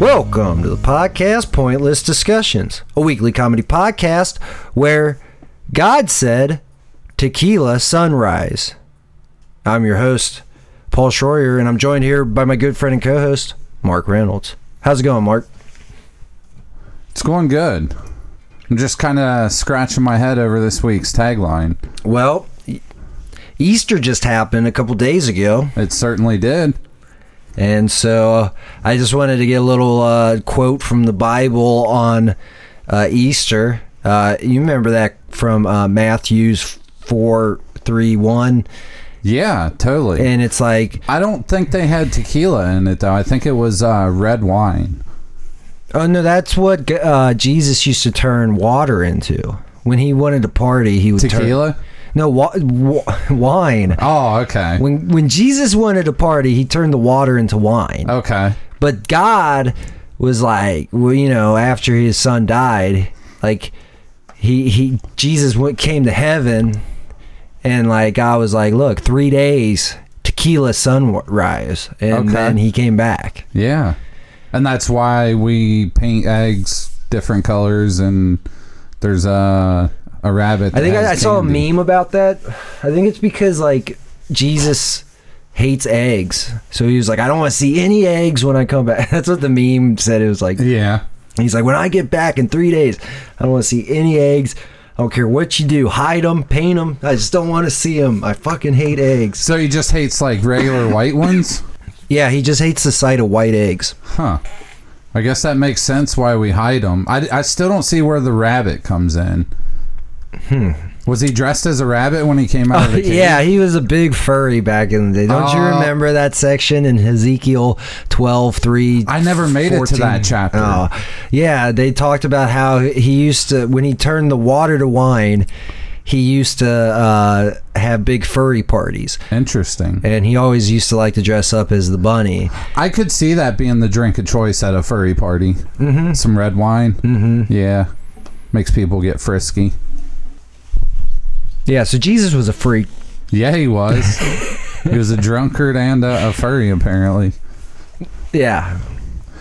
Welcome to the podcast Pointless Discussions, a weekly comedy podcast where God said tequila sunrise. I'm your host, Paul Schroyer, and I'm joined here by my good friend and co host, Mark Reynolds. How's it going, Mark? It's going good. I'm just kind of scratching my head over this week's tagline. Well, e- Easter just happened a couple days ago. It certainly did. And so uh, I just wanted to get a little uh, quote from the Bible on uh, Easter. Uh, you remember that from uh, Matthew's 4 3 1. Yeah, totally. And it's like, I don't think they had tequila in it though. I think it was uh, red wine. oh no, that's what uh, Jesus used to turn water into. When he wanted to party, he would turn. Tequila? No, wa- wa- wine. Oh, okay. When, when Jesus wanted to party, he turned the water into wine. Okay. But God was like, well, you know, after his son died, like he he Jesus went came to heaven, and like God was like, look, three days tequila sunrise, and Okay. then he came back. Yeah. And that's why we paint eggs different colors and there's a a rabbit. I think that I, has I saw a candy. meme about that. I think it's because like Jesus hates eggs, so he was like, I don't want to see any eggs when I come back. That's what the meme said. It was like Yeah. And He's like, when I get back in three days, I don't want to see any eggs. I don't care what you do, hide them, paint them. I just don't want to see them. I fucking hate eggs. So he just hates like regular white ones? Yeah, he just hates the sight of white eggs. Huh. I guess that makes sense why we hide him. I, I still don't see where the rabbit comes in. Hmm. Was he dressed as a rabbit when he came out of the cave? yeah, he was a big furry back in the day. Don't you Oh. remember that section in Ezekiel 12, 3? I never made it to that chapter. Oh, yeah, they talked about how he used to, when he turned the water to wine, he used to uh, have big furry parties. Interesting. And he always used to like to dress up as the bunny. I could see that being the drink of choice at a furry party. Mm-hmm. Some red wine. Mm-hmm. Yeah. Makes people get frisky. Yeah, so Jesus was a freak. Yeah, he was. he was a drunkard and a, a furry, apparently. Yeah,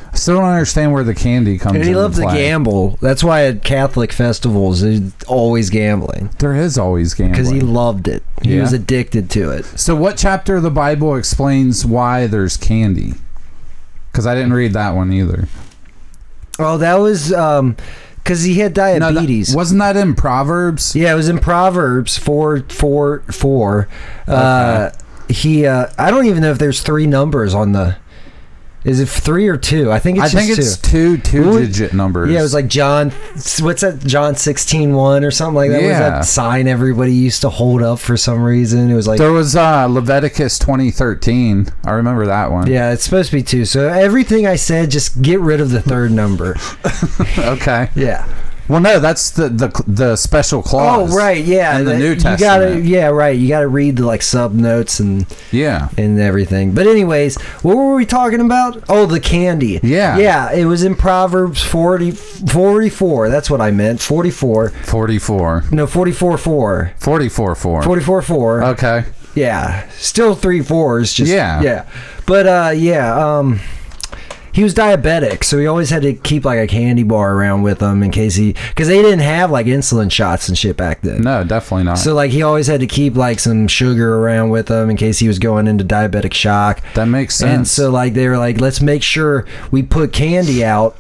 I still don't understand where the candy comes and he into loved to play. gamble. That's why at Catholic festivals, he's always gambling There is always gambling. because he loved it. He Yeah. was addicted to it. So, what chapter of the Bible explains why there's candy? Because I didn't read that one either. Oh, that was um, because he had No, that- diabetes. wasn't that in Proverbs? yeah, it was in Proverbs four, four, four. Uh, he, uh, I don't even know if there's three numbers on the. Is it three or two? I think it's I just think two. it's two two What was- digit numbers. Yeah, it was like John. What's that? John sixteen one or something like that. What was Yeah. that sign everybody used to hold up for some reason? It was like there was uh, Leviticus twenty thirteen. I remember that one. yeah, it's supposed to be two. So everything I said, just get rid of the third number. Okay. Yeah. Well, no, that's the the, the special Oh clause. right, yeah. In the that- New you gotta Testament. yeah right. You gotta read the like sub notes and Yeah. and everything. But anyways, what were we talking about? Oh, the candy. Yeah. Yeah, it was in Proverbs 40, 44. That's what I meant. Forty four. Forty four. No, forty four four. Forty four four. Forty four four. Okay. Yeah, still three fours. Just yeah, Yeah. yeah. But uh, yeah, um, he was diabetic, so he always had to keep like a candy bar around with him in case he, because they didn't have like insulin shots and shit back then. No, definitely not. So like he always had to keep like some sugar around with him in case he was going into diabetic shock. that makes sense. And so like they were like, let's make sure we put candy out.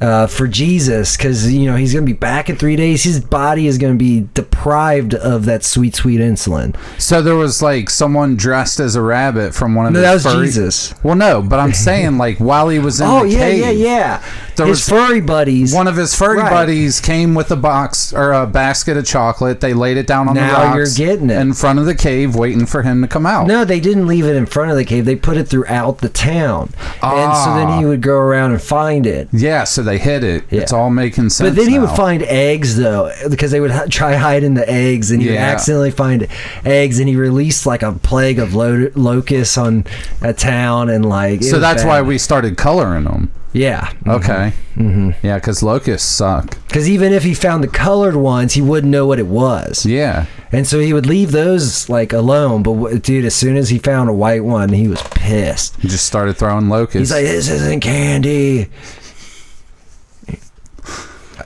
Uh, for Jesus, because you know he's gonna be back in three days. His body is gonna be deprived of that sweet, sweet insulin. So there was like someone dressed as a rabbit from one of No, his that was furry- Jesus. Well, no, but I'm saying like while he was in Oh the yeah, cave, yeah, yeah. There his was- furry buddies. one of his furry Right. buddies came with a box or a basket of chocolate. They laid it down on Now the you're rocks getting it. in front of the cave, waiting for him to come out. no, they didn't leave it in front of the cave. They put it throughout the town, and so then Ah. he would go around and find it. Yeah, so they hid it. Yeah. It's all making sense. But then he would now. find eggs though, because they would h- try hiding the eggs, and he would Yeah. accidentally find eggs, and he released like a plague of lo- locusts on a town, and like it So was that's why bad. we started coloring them. yeah, Okay. Mm-hmm. Yeah, because locusts suck. because even if he found the colored ones, he wouldn't know what it was. Yeah. And so he would leave those like alone. But wh- dude, as soon as he found a white one, he was pissed. You just started throwing He's locusts. like, "This isn't candy."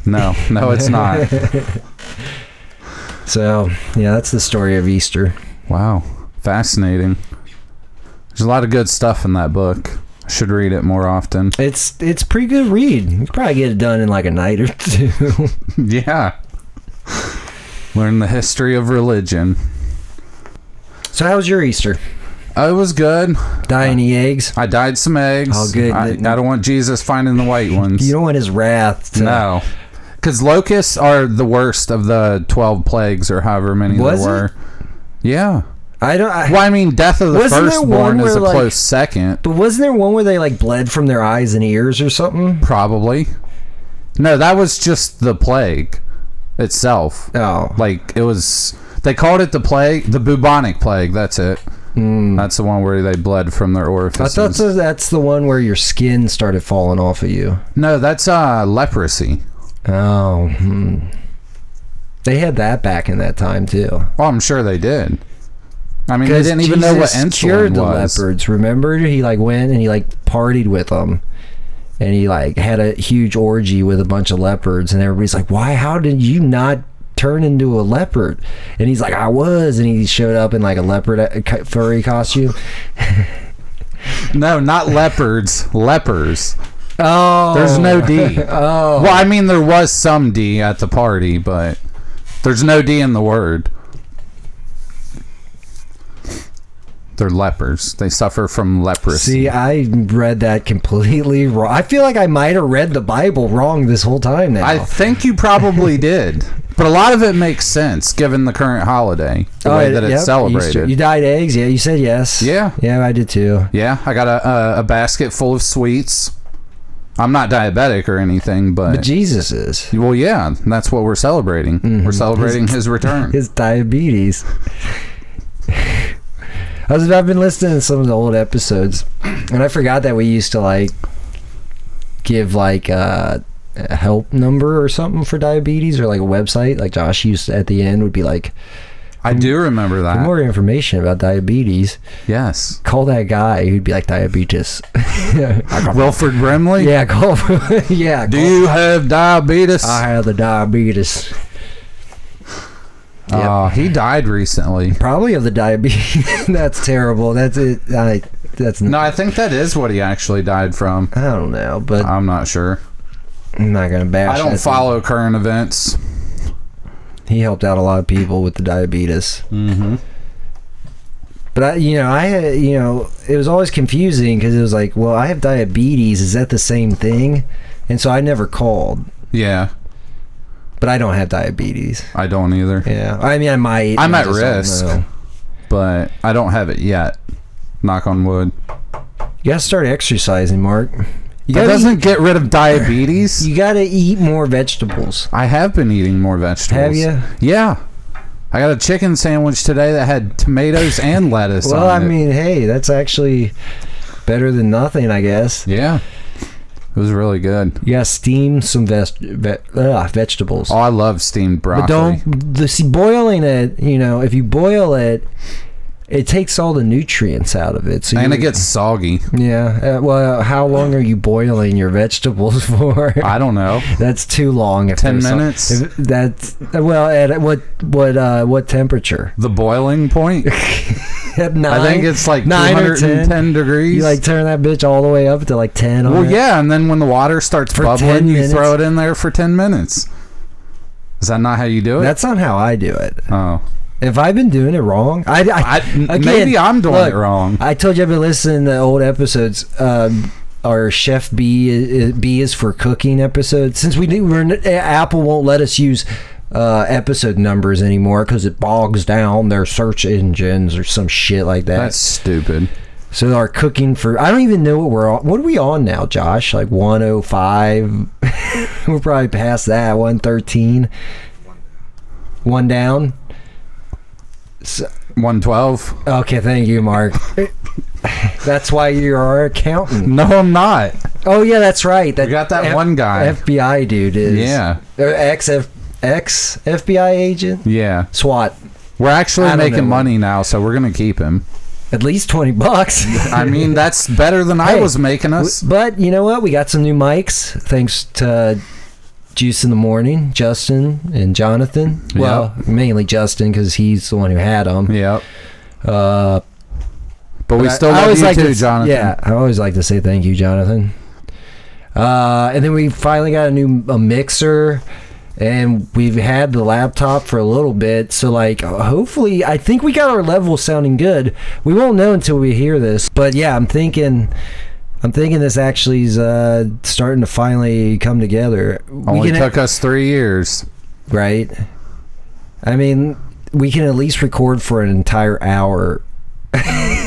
no, no, it's not. So yeah, that's the story of Easter. Wow, fascinating. There's a lot of good stuff in that book. I should read it more often. It's it's pretty good read. You could probably get it done in like a night or two. yeah. Learn the history of religion. so how was your Easter? Oh, it was good. Die any eggs? I dyed some eggs. Oh, good. I, I don't want Jesus finding the white ones. You don't want his wrath. uh, To, No. Because locusts are the worst of the 12 plagues or however many Was it? there were. Yeah. I don't. I, Well, I mean, death of the Wasn't there one firstborn is where, a like- close second, But wasn't there one where they like bled from their eyes and ears or something? probably. No, that was just the plague itself. Oh, Like, it was. They called it the plague, the bubonic plague. That's it. That's the one where they bled from their Hmm. I orifices. thought so that's the one where your skin started falling off of you. no, that's uh, leprosy. Oh, hmm. they had that back in that time too. Oh, I'm sure they did. I mean, they didn't even know what Jesus insulin cured the was. leopards. Remember, he like went and he like partied with them, and he like had a huge orgy with a bunch of leopards, and everybody's like, "Why? How did you not?" turn into a leopard and he's like i was and he showed up in like a leopard uh, furry costume No, not leopards. Lepers. oh There's no D. oh Well, I mean, there was some D at the party, but there's no D in the word. They're lepers. They suffer from leprosy. See, I read that completely wrong. I feel like I might have read the Bible wrong this whole time now. I think you probably did, but a lot of it makes sense given the current holiday, the way that it's Oh, yep, celebrated. Easter. You dyed eggs? Yeah, you said yes. Yeah. Yeah, I did too. Yeah, I got a, a a basket full of sweets. I'm not diabetic or anything, but, But Jesus is. well, yeah, that's what we're celebrating. Mm-hmm. We're celebrating his return. His diabetes. I was, I've been listening to some of the old episodes, and I forgot that we used to like give like uh, a help number or something for diabetes or like a website. Like Josh used to, at the end would be like, I do remember for that. more information about diabetes, yes. call that guy who'd be like diabetes. Wilford Brimley? yeah, call. yeah, Do call- you have diabetes? I have the diabetes. yep. Uh, he died recently. Probably of the diabetes. that's terrible. That's it. I. That's No, not. I think that is what he actually died from. I don't know, but I'm not sure. I'm not gonna bash. I don't that. follow current events. He helped out a lot of people with the diabetes. Mm-hmm. But I, you know, I had, you know, it was always confusing because it was like, well, I have diabetes. Is that the same thing? And so I never called. Yeah, But I don't have diabetes. I don't either. Yeah, I mean, I might. I'm I at just don't risk. know. But I don't have it yet. Knock on wood. You gotta start exercising, Mark. You That gotta, doesn't get rid of eat, diabetes. you gotta eat more vegetables. I have been eating more vegetables. Have you? Yeah. I got a chicken sandwich today that had tomatoes and lettuce. Well, I on it. mean, hey, that's actually better than nothing, I guess. yeah, it was really good. You gotta steam some vest- ve- ugh, vegetables. Oh, I love steamed broccoli. But don't the see boiling it. You know, if you boil it, it takes all the nutrients out of it. So and you, it gets soggy. yeah. Uh, well, how long are you boiling your vegetables for? I don't know. that's too long. If 10 there's some- minutes? if that's well. At what what uh, what temperature? The boiling point. At nine. I think it's like nine or 210 10. degrees. You like turn that bitch all the way up to like ten. on well, it? yeah, and then when the water starts For 10 bubbling, you minutes. throw it in there for 10 minutes. Is that not how you do it? That's not how I do it. oh. If I've been doing it wrong, I, I, I, Again, maybe I'm doing look, it wrong. I told you I've been listening to old episodes. Um, our chef B is, B is for cooking episode. Since we do, we're n- eh, Apple won't let us use uh, episode numbers anymore because it bogs down their search engines or some shit like that. That's stupid. so our cooking for I don't even know what we're on. What are we on now, Josh? Like 105. we're probably past that. 113. One down. 112? Okay, thank you, Mark. That's why you're our accountant. No, I'm not. Oh yeah, that's right. That We got that F- one guy. FBI dude is Yeah. ex F- ex FBI agent Yeah. SWAT. We're actually I don't making know. money now, so we're gonna keep him. At least 20 bucks. I mean, that's better than I Hey, was making us. W- But you know what? We got some new mics thanks to Juice in the Morning, Justin and Jonathan. Well, mainly Justin because he's the one who had them. yep. Uh, But we I- still I love always you like too, to s- Jonathan. Yeah, I always like to say thank you, Jonathan. Uh, and then we finally got a new a mixer, and we've had the laptop for a little bit. So like, hopefully, I think we got our level sounding good. We won't know until we hear this, but yeah, I'm thinking. I'm thinking this actually is uh, starting to finally come together. Only can- took us three years. right? I mean, we can at least record for an entire hour.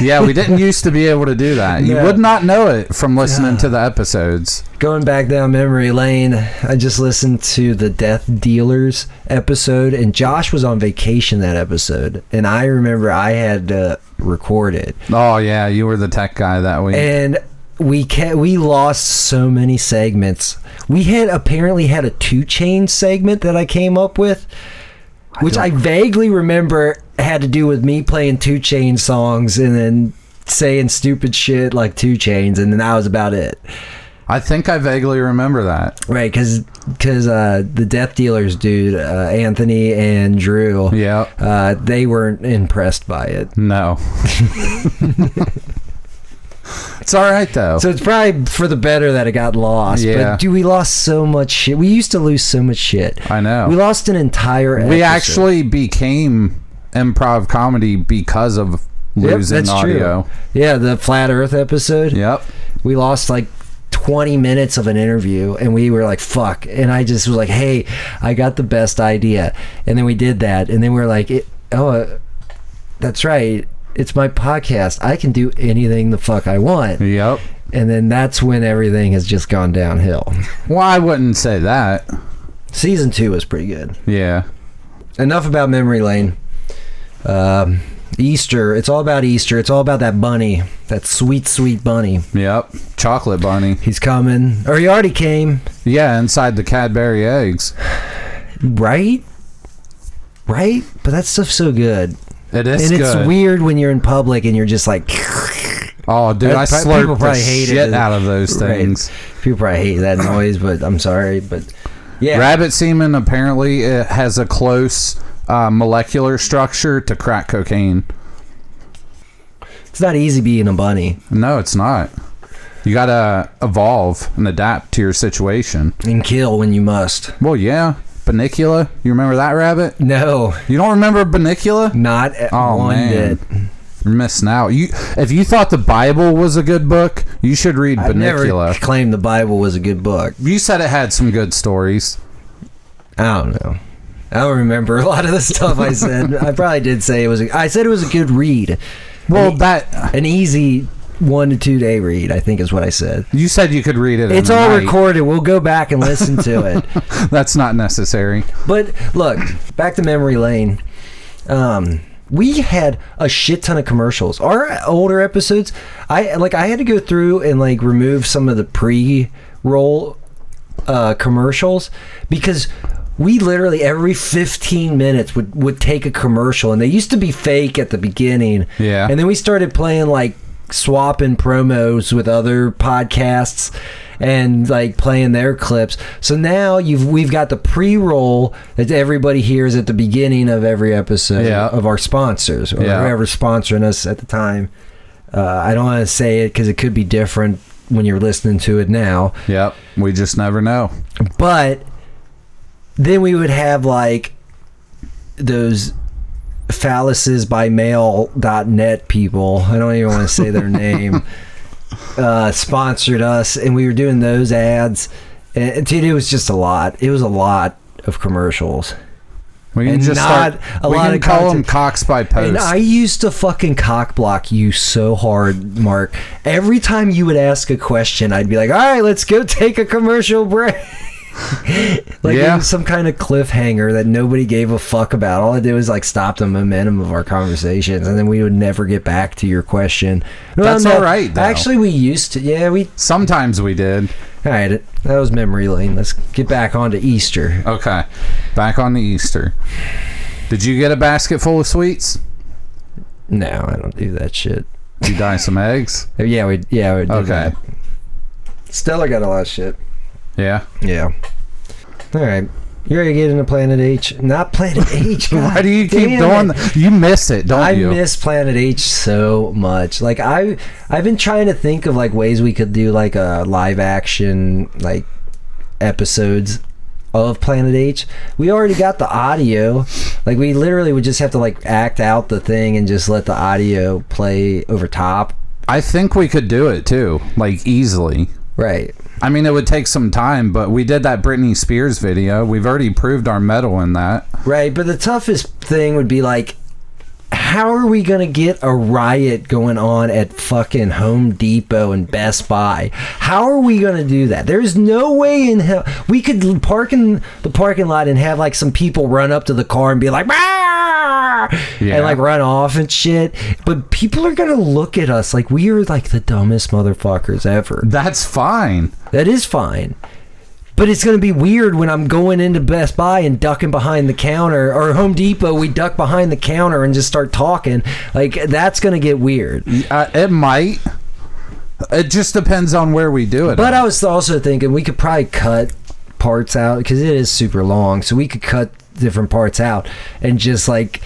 Yeah, we didn't used to be able to do that. You Yeah. would not know it from listening to the episodes. Going back down memory lane, I just listened to the Death Dealers episode, and Josh was on vacation that episode, and I remember I had to record it, Oh yeah, you were the tech guy that week. and we ca- we lost so many segments. We had apparently had a two chain segment that I came up with, which I, vaguely remember had to do with me playing two chain songs and then saying stupid shit like two chains, and then that was about it. I think I vaguely remember that. Right, because uh, the Death Dealers dude, uh, Anthony and Drew, Yeah. uh, they weren't impressed by it. No. it's all right though. So it's probably for the better that it got lost. Yeah. But dude, we lost so much shit. We used to lose so much shit. I know. We lost an entire. we episode. actually became improv comedy because of Yep, losing that's true. audio. Yeah, the flat Earth episode. Yep. we lost like 20 minutes of an interview and we were like fuck and i just was like hey i got the best idea and then we did that and then we are like it, oh uh, that's right it's my podcast i can do anything the fuck i want Yep. and then that's when everything has just gone downhill Well, I wouldn't say that. season two was pretty good Yeah. enough about memory lane um, easter it's all about easter it's all about that bunny that sweet sweet bunny Yep. Chocolate bunny. he's coming or he already came Yeah, inside the Cadbury eggs. Right? Right? But that stuff's so good. It is and it's good. weird when you're in public and you're just like, Oh, dude, Uh, I pro- slurped people the probably hate it. shit out of those Right. things. people probably hate that noise, but I'm sorry. But yeah. Rabbit semen apparently it has a close uh, molecular structure to crack cocaine. It's not easy being a bunny. No, it's not. You gotta evolve and adapt to your situation. And kill when you must. Well, yeah, Banicula. You remember that rabbit? No, You don't remember Banicula? not at Oh, one man. bit. You're missing out. You, if you thought the Bible was a good book, you should read I never Banicula. claimed the Bible was a good book. You said it had some good stories. I don't know. I don't remember a lot of the stuff I said. I probably did say it was. A, I said it was a good read. Well, an, e- that an easy one to two day read. I think is what I said. you said you could read it. in It's a all night. recorded. We'll go back and listen to it. That's not necessary. But look, back to memory lane. Um, we had a shit ton of commercials. Our older episodes, I like I had to go through and like remove some of the pre-roll uh, commercials because we literally every 15 minutes would would take a commercial and they used to be fake at the beginning. Yeah. And then we started playing like swapping promos with other podcasts and like playing their clips. So now you've we've got the pre-roll that everybody hears at the beginning of every episode Yeah. of our sponsors or Yeah. whoever's sponsoring us at the time. Uh, I don't want to say it because it could be different when you're listening to it now, Yep, we just never know. but then we would have like those phalluses by mail.net people i don't even want to say their name uh, sponsored us and we were doing those ads and, and dude, it was just a lot it was a lot of commercials We can And just not start. a we lot can of call content. them cocks by post. and I used to fucking cock block you so hard, Mark. Every time you would ask a question, I'd be like, all right, let's go take a commercial break. like Yeah. it was some kind of cliffhanger that nobody gave a fuck about. All I did was like stop the momentum of our conversations, and then we would never get back to your question. Well, That's all right, though. Actually, we used to. Yeah, we. Sometimes we did. All right, that was memory lane. Let's get back onto Easter. Okay, back on the Easter. Did you get a basket full of sweets? No, I don't do that shit. Did you dye some eggs? Yeah, we yeah we do Okay. that. Stella got a lot of shit. Yeah. Yeah. All right. You ready to get into Planet H? Not Planet H. Why God do you keep damn doing it. that? You miss it, don't I you? miss Planet H so much. Like I, I've been trying to think of like ways we could do like a live action like episodes of Planet H. We already got the audio. Like we literally would just have to like act out the thing and just let the audio play over top. I think we could do it too, like easily. Right. I mean, it would take some time, but we did that Britney Spears video. We've already proved our metal in that. Right, but the toughest thing would be like, how are we gonna get a riot going on at fucking Home Depot and Best Buy? How are we gonna do that? There's no way in hell we could l- park in the parking lot and have like some people run up to the car and be like, "Rah!" Yeah. and like run off and shit. But people are gonna look at us like we are like the dumbest motherfuckers ever. That's fine. That is fine. But it's going to be weird when I'm going into Best Buy and ducking behind the counter or Home Depot, we duck behind the counter and just start talking. Like that's going to get weird. Uh, it might. It just depends on where we do it. But at. I was also thinking we could probably cut parts out cuz it is super long, so we could cut different parts out and just like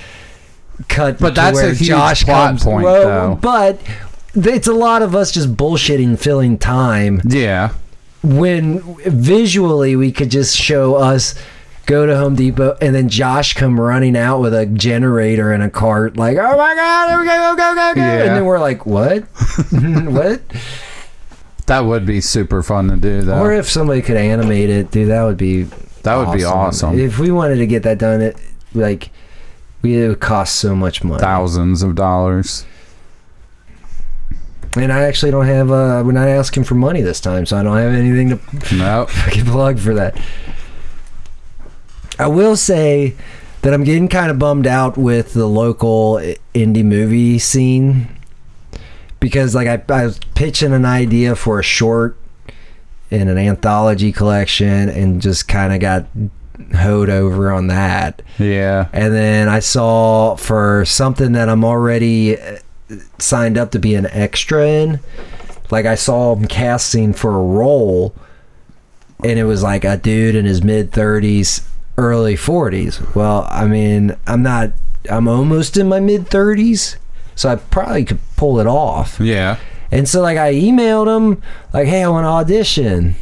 cut But to that's a where huge Josh plot comes, point, Well, though. But it's a lot of us just bullshitting filling time yeah. when visually we could just show us go to Home Depot and then Josh come running out with a generator and a cart like oh my god here we go go go go go Yeah. and then we're like what what That would be super fun to do, though. or if somebody could animate it dude that would be that would be awesome. if we wanted to get that done it like we it would cost so much money Thousands of dollars. and I actually don't have uh we're not asking for money this time so I don't have anything to No. fucking plug for that. I will say that I'm getting kind of bummed out with the local i- indie movie scene because, like, I, I was pitching an idea for a short in an anthology collection and just kind of got hoed over on that. Yeah. And then I saw for something that I'm already uh, signed up to be an extra in. Like I saw him casting for a role, and it was like a dude in his mid 30s, early 40s. Well, I mean, I'm not. I'm almost in my mid 30s, so I probably could pull it off. Yeah. And so, like, I emailed him, like, "Hey, I want to audition."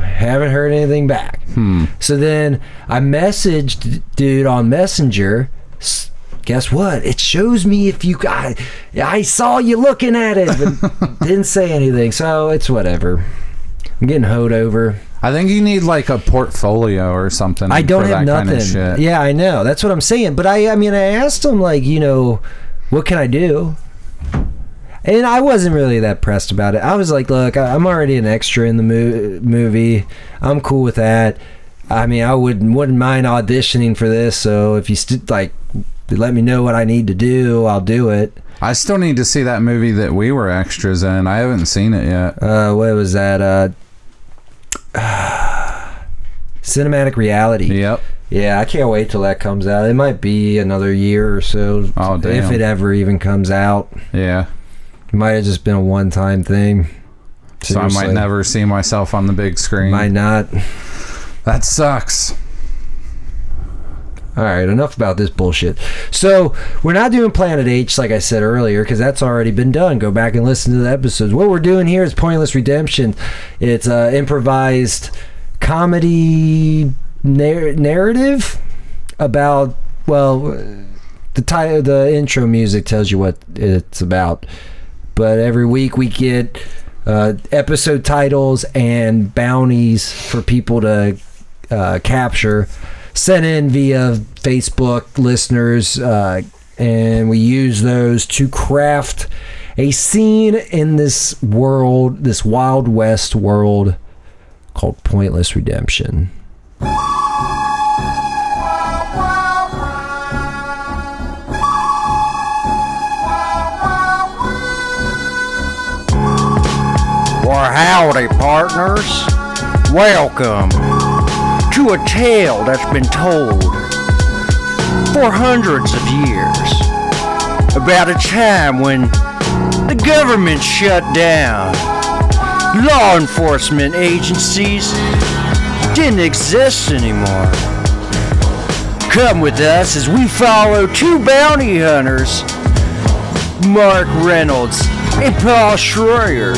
Haven't heard anything back. Hmm. So then I messaged d- dude on Messenger. S- Guess what? It shows me if you I, I saw you looking at it, but didn't say anything. So it's whatever. I'm getting hoed over. I think you need like a portfolio or something. I don't for have that nothing. Kind of shit. Yeah, I know. That's what I'm saying. But I, I mean, I asked him like, you know, what can I do? And I wasn't really that pressed about it. I was like, look, I- I'm already an extra in the mo- movie. I'm cool with that. I mean, I wouldn't wouldn't mind auditioning for this. So if you st- like, let me know what I need to do, I'll do it. I still need to see that movie that we were extras in. I haven't seen it yet. Uh, what was that? Uh, cinematic reality. Yep. Yeah, I can't wait till that comes out. It might be another year or so. Oh, damn. If it ever even comes out. Yeah. It might have just been a one time thing. So I might Seriously. never see myself on the big screen. Might not. That sucks. All right, enough about this bullshit. So, we're not doing Planet H, like I said earlier, because that's already been done. Go back and listen to the episodes. What we're doing here is Pointless Redemption. It's uh, improvised comedy nar- narrative about, well, the title, the intro music tells you what it's about. But every week we get uh, episode titles and bounties for people to uh, capture sent in via Facebook listeners, uh, and we use those to craft a scene in this world, this Wild West world called Pointless Redemption. Well, howdy, partners. Welcome to a tale that's been told for hundreds of years about a time when the government shut down, law enforcement agencies didn't exist anymore. Come with us as we follow two bounty hunters, Mark Reynolds and Paul Schroyer,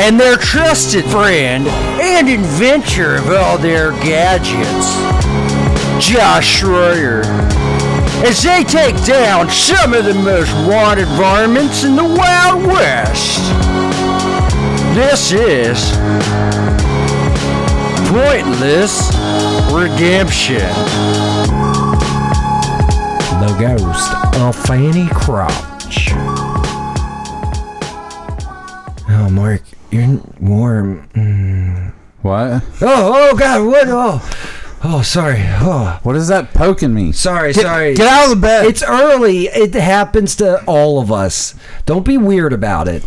and their trusted friend and inventor of all their gadgets, Josh Schroyer, as they take down some of the most wanted varmints in the Wild West. This is Pointless Redemption. The ghost of Fanny Crotch. Oh, Mark, you're warm. What? Oh, oh, God, what? Oh, oh, sorry. Oh, What is that poking me? sorry, sorry. Get out of the bed. It's early. It happens to all of us. Don't be weird about it.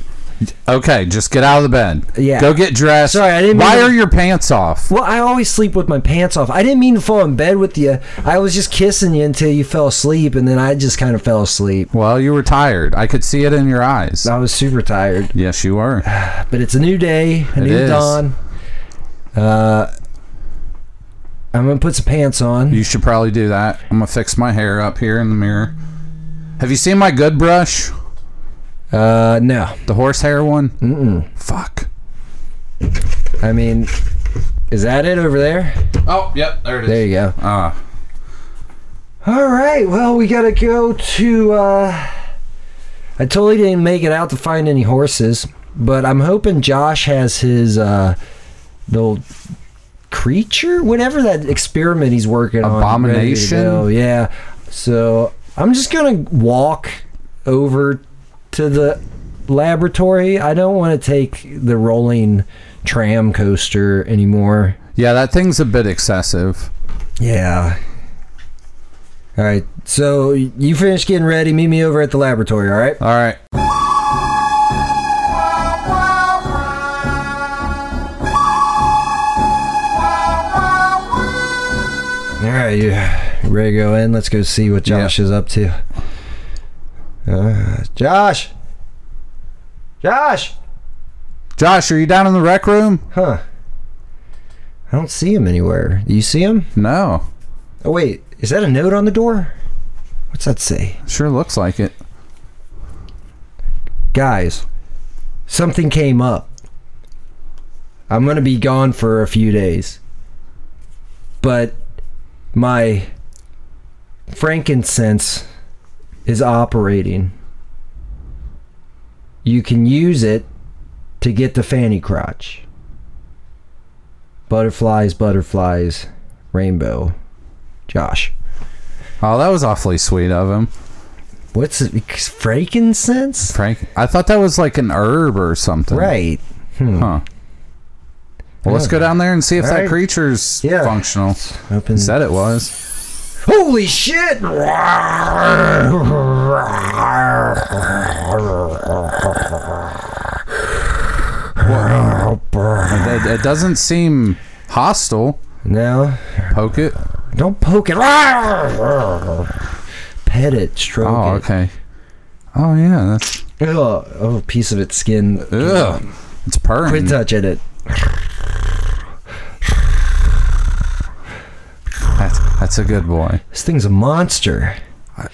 okay, just get out of the bed. Yeah. Go get dressed. Sorry, I didn't mean Why to- are your pants off? Well, I always sleep with my pants off. I didn't mean to fall in bed with you. I was just kissing you until you fell asleep, and then I just kind of fell asleep. Well, you were tired. I could see it in your eyes. I was super tired. Yes, you were. But it's a new day, a It new is. dawn. Uh, I'm gonna put some pants on. You should probably do that. I'm gonna fix my hair up here in the mirror. Have you seen my good brush? Uh, no, The horsehair one? Mm-mm. Fuck. I mean, is that it over there? Oh, yep, there it is. There you go. Ah, All right. Well, we gotta go to. Uh, I totally didn't make it out to find any horses, but I'm hoping Josh has his uh, little creature, whatever that experiment he's working on. ready to Abomination? go. Yeah. So I'm just gonna walk over to the laboratory. I don't want to take the rolling tram coaster anymore. yeah, that thing's a bit excessive. Yeah. All right. So you finish getting ready. Meet me over at the laboratory. All right. All right. All right. You ready to go in? Let's go see what Josh is up to. Uh, Josh. Josh. Josh, are you down in the rec room? Huh. I don't see him anywhere. Do you see him? No. Oh wait, is that a note on the door? What's that say? Sure looks like it. Guys, something came up. I'm gonna be gone for a few days. But my frankincense is operating. You can use it to get the fanny crotch. Butterflies, butterflies, rainbow. Josh. Oh, that was awfully sweet of him. What's it? Frankincense? Frank, I thought that was like an herb or something. Right. Huh. Well, let's go down there and see if All that right. creature's Yeah. functional. Open. Said it was. Holy shit! It, it doesn't seem hostile. No, Poke it. don't poke it. Pet it, stroke Oh, it. okay. Oh yeah, that's Ugh, oh, piece of its skin. ugh. It's purring. Quit touching it. That's, that's a good boy. This thing's a monster.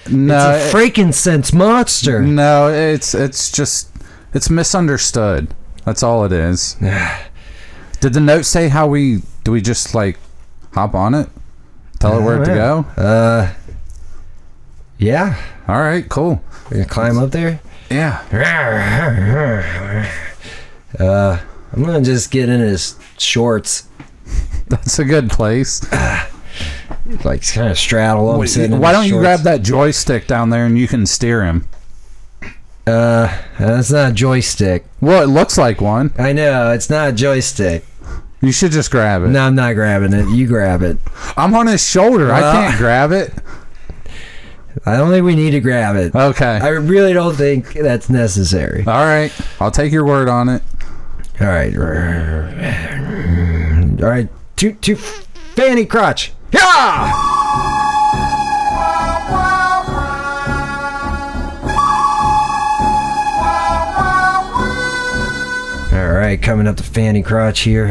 No, it's a it- Mm. frankincense monster. no, it's it's just it's misunderstood. That's all it is. Did the note say how we do? We just like hop on it, tell it where to yeah. go. Uh, yeah. All right, cool. We're gonna climb up there. Yeah, Uh, I'm gonna just get in his shorts, that's a good place. like kind of straddle him. Wait, sit in why his don't you shorts. grab that joystick down there and you can steer him? Uh, that's not a joystick. Well, it looks like one. I know it's not a joystick. You should just grab it. No, I'm not grabbing it. You grab it. I'm on his shoulder. Well- I can't grab it. I don't think we need to grab it. Okay. I really don't think that's necessary. All right. I'll take your word on it. All right, all right, to to fanny crotch. Yeah. right, coming up the fanny crotch here.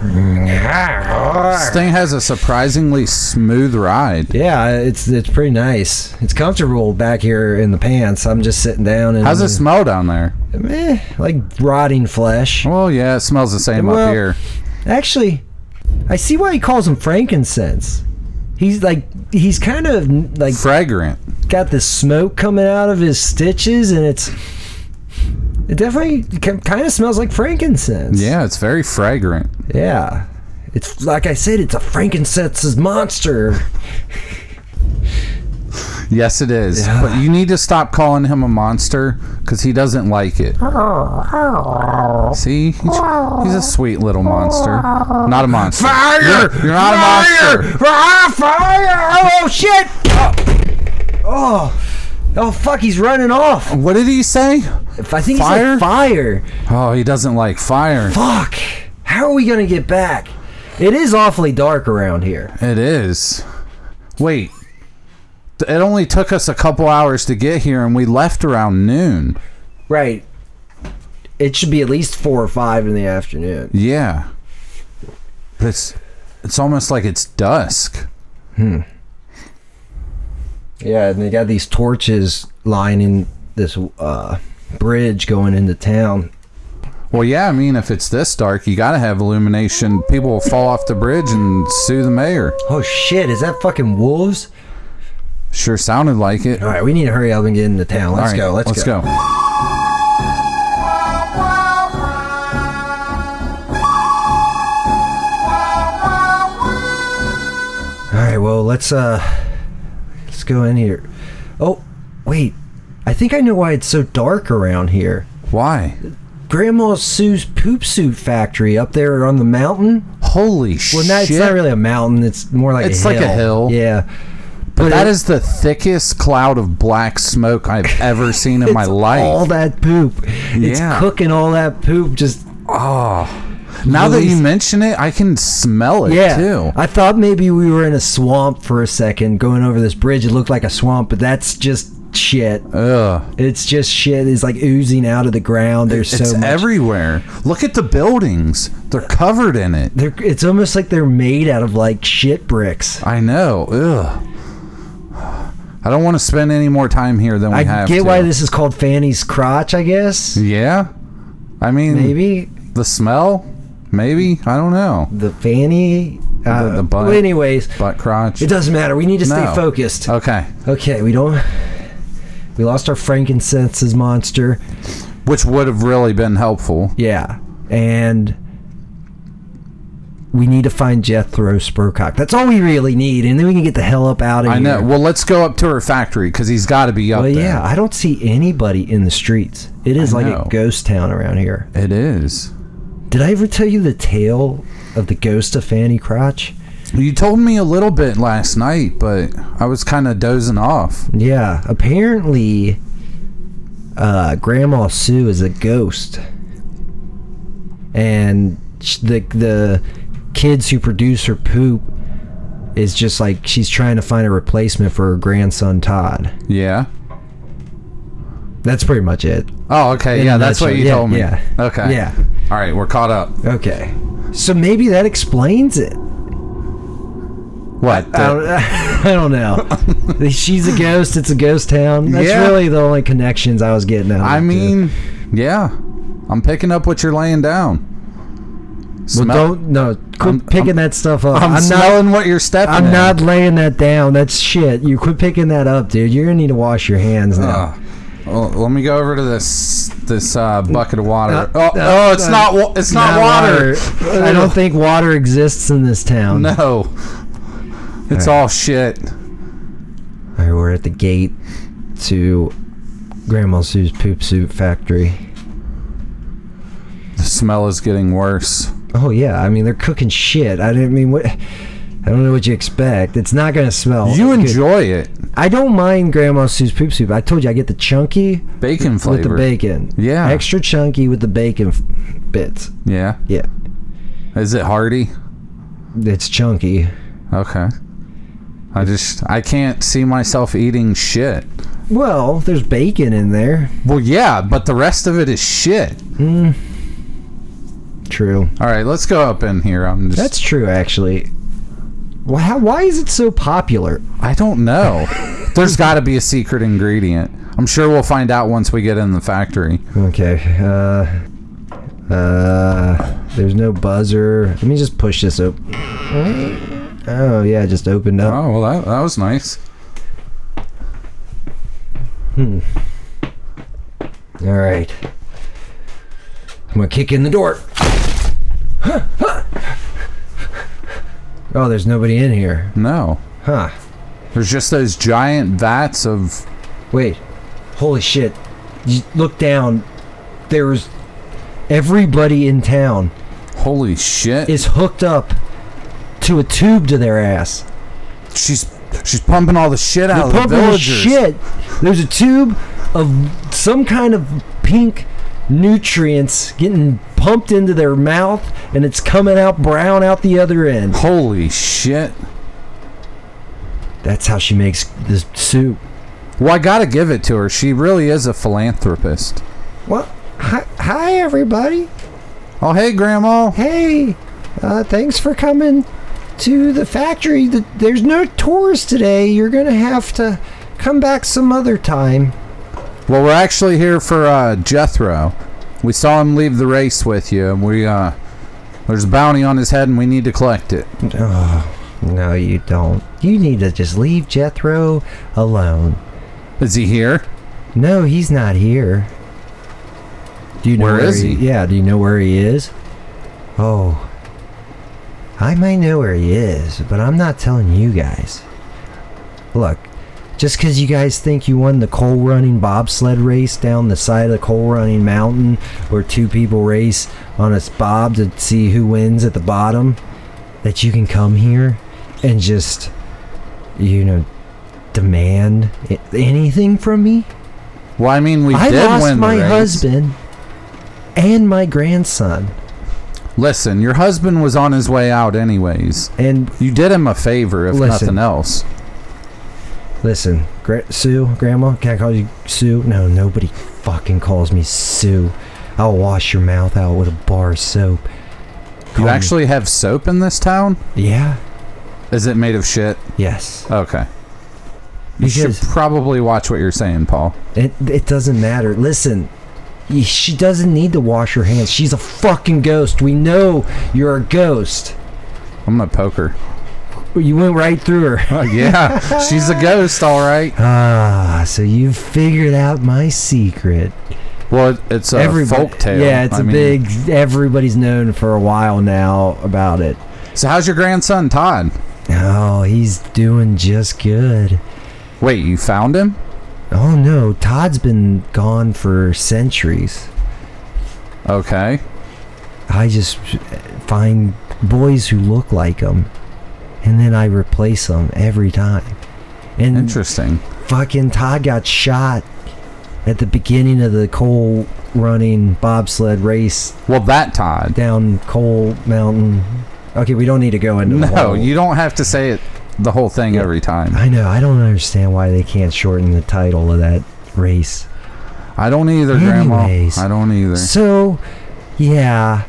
This thing has a surprisingly smooth ride. Yeah, it's it's pretty nice. It's comfortable back here in the pants. I'm just sitting down and How's it smell down there? Eh, like rotting flesh. Well, yeah, it smells the same Well- up here. Actually, I see why he calls him frankincense. He's like he's kind of like Fragrant. got this smoke coming out of his stitches, and it's it definitely kind of smells like frankincense. Yeah, it's very fragrant. yeah. It's like I said, it's a frankincense's monster. Yes, it is. But you need to stop calling him a monster because he doesn't like it. See, he's, he's a sweet little monster. Not a monster. Fire! You're, you're not a monster. Ah, fire! Oh shit! Oh, oh fuck! He's running off. What did he say? I think Oh, Fire? he's like fire. Oh, he doesn't like fire. Fuck! How are we gonna get back? It is awfully dark around here. It is. Wait. It only took us a couple hours to get here, and we left around noon. Right. It should be at least four or five in the afternoon. Yeah. But it's it's almost like it's dusk. Yeah, and they got these torches lining this uh, bridge going into town. Well, yeah, I mean, if it's this dark, you gotta have illumination. People will fall off the bridge and sue the mayor. Oh shit! Is that fucking wolves? Sure sounded like it. All right, we need to hurry up and get into town. Let's All right, go. Let's, let's go. go. All right, well, let's uh let's go in here. Oh, wait. I think I know why it's so dark around here. Why? Grandma Sue's poop suit factory up there on the mountain. Holy Well, shit. not, it's not really a mountain. It's more like It's a like hill. a hill. Yeah. but that it- is the thickest cloud of black smoke I've ever seen in my It's life. All that poop. It's Yeah. cooking all that poop. Just now that you release- mention it, I can smell it yeah. too. I thought maybe we were in a swamp for a second, going over this bridge. It looked like a swamp, but that's just shit. Ugh. It's just shit. It's like oozing out of the ground. There's It's so much. everywhere. Look at the buildings. They're covered in it. They're, it's almost like they're made out of like shit bricks. I know. Ugh. I don't want to spend any more time here than we I have. get to. Hmm. why this is called Fanny's crotch, I guess. Yeah. I mean, Maybe the smell. Maybe I don't know. the fanny. Uh, The- the butt. well, anyways, Butt crotch. it doesn't matter. We need to stay No. Uh, focused. Okay. Okay, we don't. We lost our frankincense's monster. Which would have really been helpful. Yeah, and we need to find Jethro Spurcock. That's all we really need, and then we can get the hell up out of I here. know. Well, let's go up to her factory because he's got to be up Well, there. yeah, I don't see anybody in the streets. It is like know. a ghost town around here. It is. Did I ever tell you the tale of the ghost of Fanny Crotch? You told me a little bit last night, but I was kind of dozing off. Yeah, apparently, uh, Grandma Sue is a ghost, and sh- the the kids who produce her poop is just like she's trying to find a replacement for her grandson Todd. Yeah. That's pretty much it. Oh, okay. In yeah, a that's what nutshell. you Yeah, told me. yeah. Okay. Yeah. All right, we're caught up. Okay, so maybe that explains it. What? I don't, I don't know. She's a ghost. It's a ghost town. That's Yeah. really the only connections I was getting. Out of I it, dude. mean, yeah. I'm picking up what you're laying down. Well, Smell- don't no. Quit picking that stuff up. I'm, I'm, not. smelling what you're stepping I'm in. not laying that down. That's shit. You quit picking that up, dude. You're gonna need to wash your hands now. Ugh. Uh, Well, let me go over to this this uh, bucket of water. Uh, oh, uh, oh, it's uh, not wa- it's not, water. I don't think water exists in this town. No, it's all shit. All right, we're at the gate to Grandma Sue's poop soup factory. The smell is getting worse. Oh yeah, I mean they're cooking shit. I didn't mean what. I don't know what you expect. It's not gonna smell. you good. enjoy it, I don't mind Grandma Sue's poop soup. I told you I get the chunky bacon flavor. with the bacon. Yeah. Extra chunky with the bacon f- bits. Yeah, Yeah. is it hearty? It's chunky. Okay. I just I can't see myself eating shit. Well, there's bacon in there. Well, yeah, but the rest of it is shit. True. All right, let's go up in here. I'm just. That's true, actually. Why, how- why is it so popular? I don't know. There's got to be a secret ingredient. I'm sure we'll find out once we get in the factory. Okay. Uh, uh, there's no buzzer. Let me just push this open. Oh, yeah, it just opened up. Oh well, that, that was nice. All right. I'm gonna kick in the door. Oh, there's nobody in here. No, Huh. there's just those giant vats of. Wait. Holy shit. You look down. There's everybody in town Holy shit! is hooked up to a tube to their ass. she's she's pumping all the shit out They're of pumping the the villagers. shit. There's a tube of some kind of pink nutrients getting pumped into their mouth and it's coming out brown out the other end. Holy shit! That's how she makes this soup. Well, I gotta give it to her. She really is a philanthropist. What? Hi, hi everybody. Oh hey, Grandma. Hey, uh, thanks for coming to the factory. Th- There's no tours today. You're going to have to come back some other time. Well, we're actually here for uh, Jethro. We saw him leave the race with you, and we uh, there's a bounty on his head, and we need to collect it. No, you don't. You need to just leave Jethro alone. Is he here? No, he's not here. Do you know Where where, is he? Yeah, do you know where he is? Oh. I may know where he is, but I'm not telling you guys. Look, just because you guys think you won the coal running bobsled race down the side of the coal running mountain where two people race on a s- bob to see who wins at the bottom, that you can come here and just, you know, demand i- anything from me? Well, I mean, we I did lost win the my race. husband and my grandson, Listen, your husband was on his way out, anyways. and You did him a favor, if Listen. nothing else. Listen, Gra- Sue, Grandma, can I call you Sue? No, nobody fucking calls me Sue. I'll wash your mouth out with a bar of soap. Call You me- actually have soap in this town? Yeah. Is it made of shit? Yes. Okay. You should Because- probably watch what you're saying, Paul. It it doesn't matter. Listen, y- she doesn't need to wash her hands. She's a fucking ghost. We know you're a ghost. I'm gonna poke her. You went right through her. Oh, yeah, she's a ghost, all right. Ah, so you figured out my secret. Well, it- it's a Everybo- folk tale. Yeah, it's a a big. Everybody's known for a while now about it. So, how's your grandson, Todd? Oh, he's doing just good. Wait, you found him? Oh no, Todd's been gone for centuries. Okay. I just find boys who look like him, and then I replace them every time. And Interesting. fucking Todd got shot at the beginning of the coal running bobsled race Well, that Todd. down Coal Mountain. Okay, we don't need to go into the No, whole- you don't have to say it the whole thing every time. I know. I don't understand why they can't shorten the title of that race. I don't either, Grandma. Anyways. I don't either. So, yeah,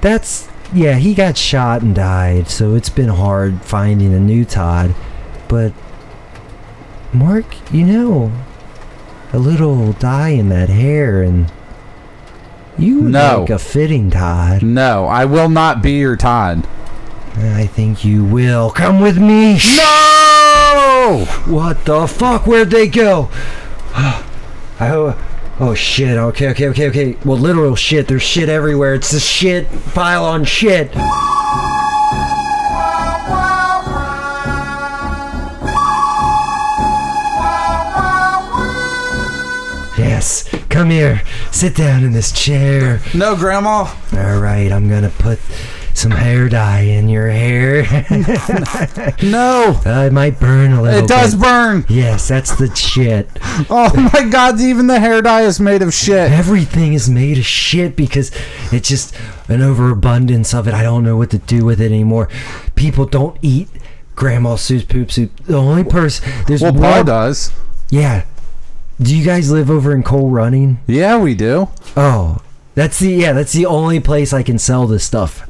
that's yeah. He got shot and died, so it's been hard finding a new Todd. But Mark, you know, a little dye in that hair, and you would No. like a fitting Todd. No, I will not be your Todd. I think you will. Come with me. No! What the fuck? Where'd they go? I hope. Oh shit. Okay, okay, okay, okay. Well, literal shit. There's shit everywhere. It's a shit pile on shit. Yes, come here. Sit down in this chair. No, Grandma. All right, I'm gonna put some hair dye in your hair. No. uh, it might burn a little. It does bit. burn. Yes, that's the shit. Oh my God! Even the hair dye is made of shit. Everything is made of shit because it's just an overabundance of it. I don't know what to do with it anymore. People don't eat Grandma Sue's poop soup. The only person there's Well, Paul one. does. Yeah. Do you guys live over in Coal Running? Yeah, we do. Oh, That's the yeah. That's the only place I can sell this stuff.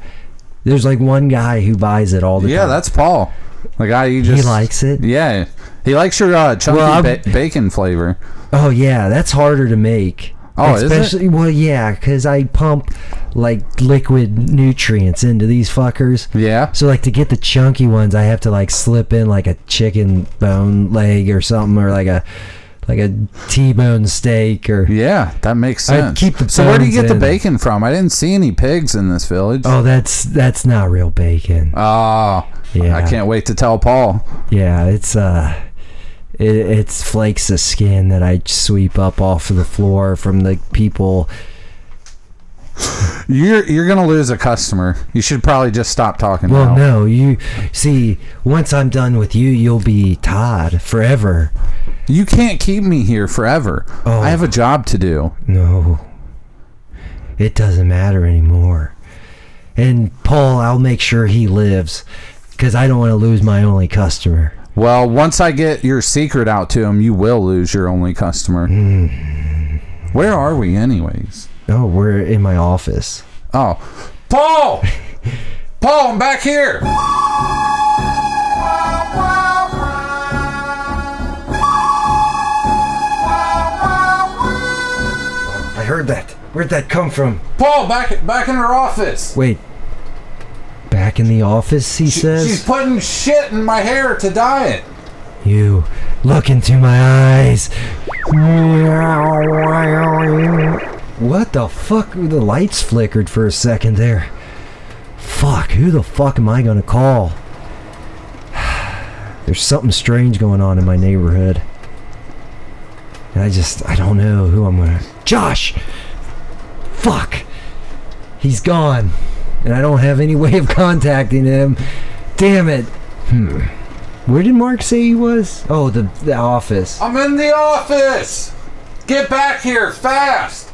There's like one guy who buys it all the Yeah, time. that's Paul. The guy you just likes it? Yeah, he likes your uh, chunky Well, I'm- ba- bacon flavor. Oh yeah, that's harder to make. Oh, is it? especially well, yeah, because I pump like liquid nutrients into these fuckers. Yeah, So like to get the chunky ones, I have to like slip in like a chicken bone leg or something, or like a like a T-bone steak or yeah, that makes I sense. keep the so where do you bones get the in. bacon from? I didn't see any pigs in this village. oh, that's that's not real bacon. Oh, Yeah. I can't wait to tell Paul. Yeah, it's uh, it, it's flakes of skin that I sweep up off of the floor from the people. You're you're gonna lose a customer. You should probably just stop talking Well, now. no, you see, once I'm done with you, you'll be Todd forever. You can't keep me here forever. Oh. I have a job to do. No, it doesn't matter anymore. And Paul, I'll make sure he lives because I don't want to lose my only customer. Well, once I get your secret out to him, you will lose your only customer. Hmm. Where are we, anyways? Oh, we're in my office. Oh, Paul! Paul, I'm back here. I heard that. Where'd that come from? Paul, back back in her office. Wait, back in the office, he says. She's putting shit in my hair to dye it. You look into my eyes. What the fuck? The lights flickered for a second there. Fuck, who the fuck am I gonna call? There's something strange going on in my neighborhood. And I just, I don't know who I'm gonna. Josh! Fuck! He's gone. And I don't have any way of contacting him. Damn it! Where did Mark say he was? Oh, the, the office. I'm in the office. Get back here fast.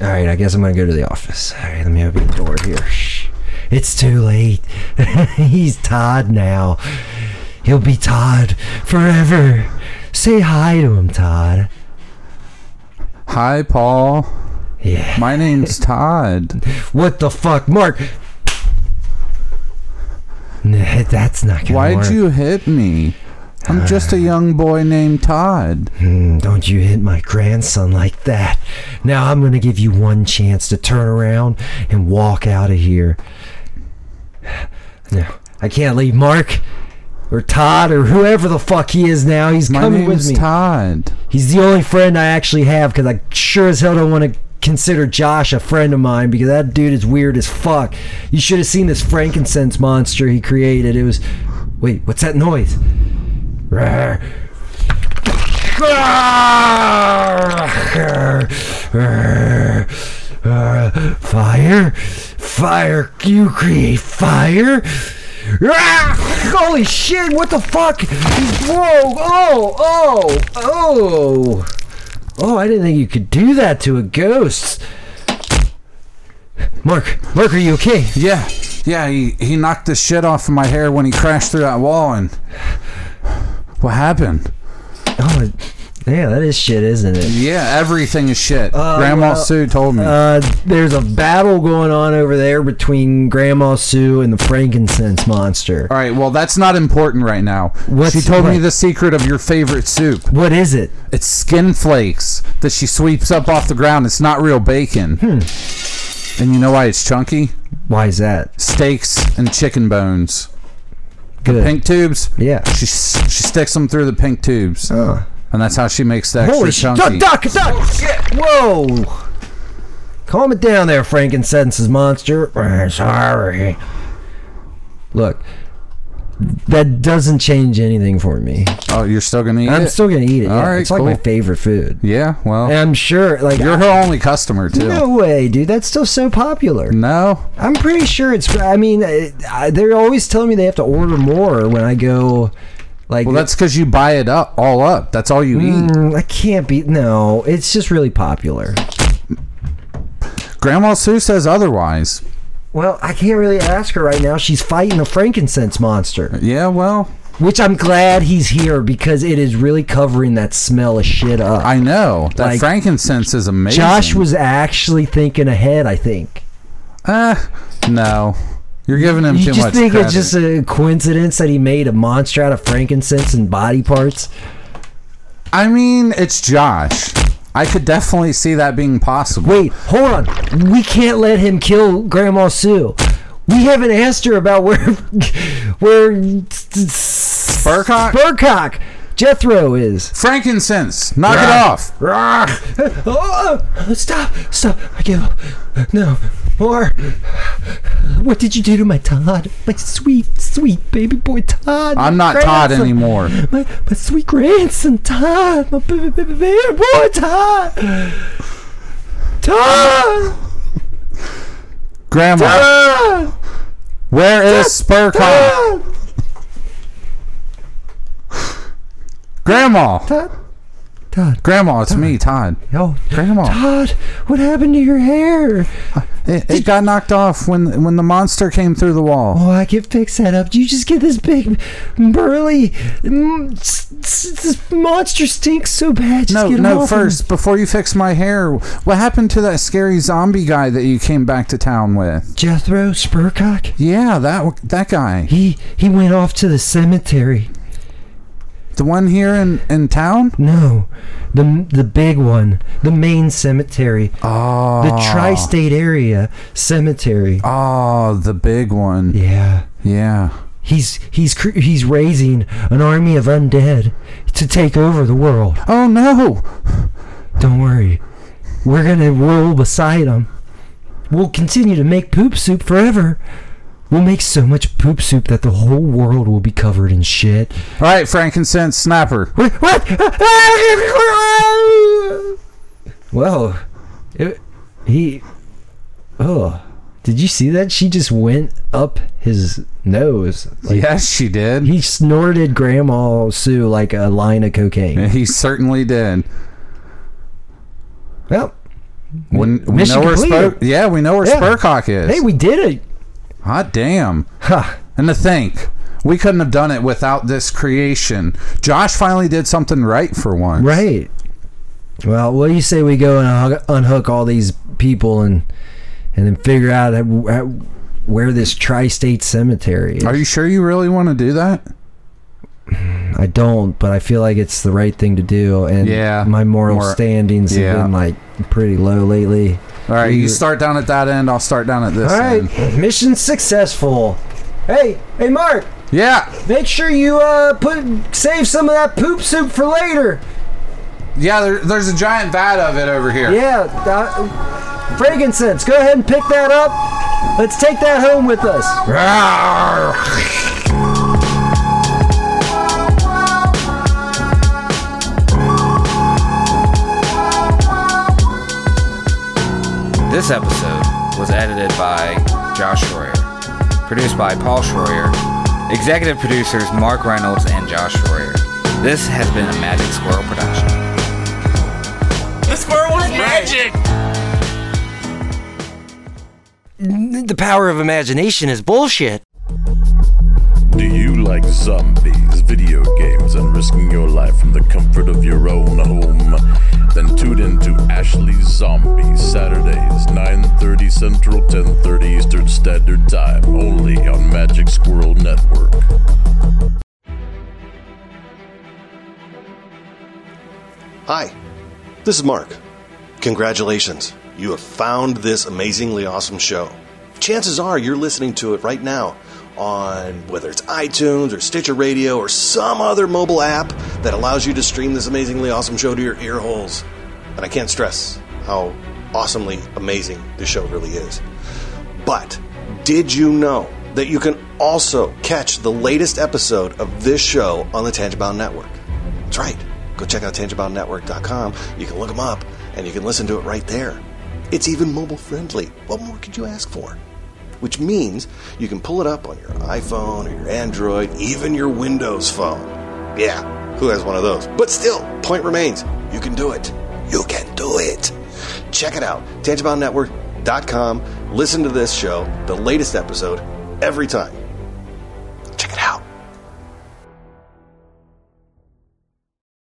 All right, I guess I'm gonna go to the office. All right, let me open the door here. Shh. It's too late. He's Todd now. He'll be Todd forever. Say hi to him, Todd. Hi, Paul. Yeah. My name's Todd. What the fuck, Mark? Nah, that's not gonna Why'd work. you hit me? I'm just a young boy named Todd. Hmm, don't you hit my grandson like that. Now I'm gonna give you one chance to turn around and walk out of here. No, I can't leave Mark or Todd or whoever the fuck he is now. He's My coming with name's me. Todd. He's the only friend I actually have because I sure as hell don't want to consider Josh a friend of mine because that dude is weird as fuck. You should have seen this frankincense monster he created. It was. Wait, what's that noise? Rawr. Ah! Fire, fire, you create fire. Ah, holy shit, what the fuck? Whoa, oh, oh, oh. Oh, I didn't think you could do that to a ghost. Mark, Mark, are you okay? Yeah, yeah, he, he knocked the shit off of my hair when he crashed through that wall and. What happened? Oh, it- yeah, that is shit, isn't it? Yeah, everything is shit. Uh, Grandma well, Sue told me. Uh, there's a battle going on over there between Grandma Sue and the frankincense monster. All right, well, that's not important right now. What's- she told me what? the secret of your favorite soup. What is it? It's skin flakes that she sweeps up off the ground. It's not real bacon. Hmm. And you know why it's chunky? Why is that? Steaks and chicken bones. Good. Pink tubes. Yeah. She s- she sticks them through the pink tubes, Uh. and that's how she makes the extra Holy shit! chunky. Oh, Duck, duck, duck! Whoa! Calm it down there, Frankincense's monster. I'm sorry. Look, that doesn't change anything for me. Oh, you're still gonna eat I'm it? still gonna eat it. All yeah. right, it's like my cool. favorite food. yeah. Well, And I'm sure, like, you're her only customer too. no way, dude. That's still so popular. No? I'm pretty sure it's. I mean, I, I, they're always telling me they have to order more when I go. Like, Well, that's because you buy it up all up. That's all you eat. Mm, I can't be. No, it's just really popular. Grandma Sue says otherwise. Well, I can't really ask her right now. She's fighting a frankincense monster. Yeah. Well, Which I'm glad he's here because it is really covering that smell of shit up. I know that Like, frankincense is amazing. Josh was actually thinking ahead, I think. Uh, no, you're giving him You too just much think credit. it's just a coincidence that he made a monster out of frankincense and body parts? I mean, it's Josh. I could definitely see that being possible. Wait, hold on. We can't let him kill Grandma Sue. We haven't asked her about where where Burcock Burcock Jethro is. frankincense, knock it Yeah. off. Oh, stop! Stop! I give up. No more. What did you do to my Todd? My sweet, sweet baby boy Todd. I'm my not Todd grandson. anymore. My, my sweet grandson Todd. My baby, baby, baby boy Todd. Todd. Grandma, Todd. where is Spurcock? Todd. Grandma, Todd. Todd. Oh, Grandma, it's me, Todd. Yo. Grandma, Todd, what happened to your hair? it, it got knocked off when when the monster came through the wall. Oh, I can fix that up. You just get this big, burly, mm, s- s- this monster stinks so bad. Just No, get him no, off of me. first, before you fix my hair, what happened to that scary zombie guy that you came back to town with? Jethro Spurcock. Yeah, that that guy. He he went off to the cemetery. The one here in, in town? No, the the big one, the main cemetery, Oh. the tri-state area cemetery. Oh, the big one. Yeah. Yeah. He's he's cr- he's raising an army of undead to take over the world. Oh no! Don't worry. We're gonna roll beside them. We'll continue to make poop soup forever. We'll make so much poop soup that the whole world will be covered in shit. All right, frankincense snapper. What? Well, it, he. Oh, did you see that? She just went up his nose. Like, yes, she did. He snorted Grandma Sue like a line of cocaine. He certainly did. well, When we Mission know where completed. Spur- yeah, we know where Yeah. Spurcock is. hey, we did it. Hot damn! Ha. And to think, we couldn't have done it without this creation. Josh finally did something right for once. Right. Well, what do you say we go and unhook- unhook all these people and and then figure out how- how- where this tri-state cemetery is? Are you sure you really want to do that? I don't, but I feel like it's the right thing to do, and Yeah. my moral More- standings have yeah. been like pretty low lately. All right, you You- start down at that end. I'll start down at this All right, end. mission successful. Hey, hey, Mark, Yeah, make sure you uh put save some of that poop soup for later. yeah. There, there's a giant vat of it over here. Yeah, uh, frankincense. Go ahead and pick that up. Let's take that home with us. This episode was edited by Josh Schroyer, produced by Paul Schroyer, executive producers Mark Reynolds and Josh Schroyer. This has been a Magic Squirrel production. The squirrel was magic. The power of imagination is bullshit. Do you like zombies, video games, and risking your life from the comfort of your own home? Then tune in to Ashley's Zombies Saturdays, 9:30 Central, 10:30 Eastern Standard Time, only on Magic Squirrel Network. Hi, this is Mark. Congratulations, you have found this amazingly awesome show. Chances are you're listening to it right now on whether it's iTunes or Stitcher Radio or some other mobile app that allows you to stream this amazingly awesome show to your ear holes. And I can't stress how awesomely amazing this show really is. But did you know that you can also catch the latest episode of this show on the Tangibound Network? That's right. Go check out tangiboundnetwork.com. You can look them up and you can listen to it right there. It's even mobile friendly. What more could you ask for? Which means you can pull it up on your iPhone or your Android, even your Windows phone. Yeah, who has one of those? But still, point remains you can do it. You can do it. Check it out tangiboundnetwork.com. Listen to this show, the latest episode, every time.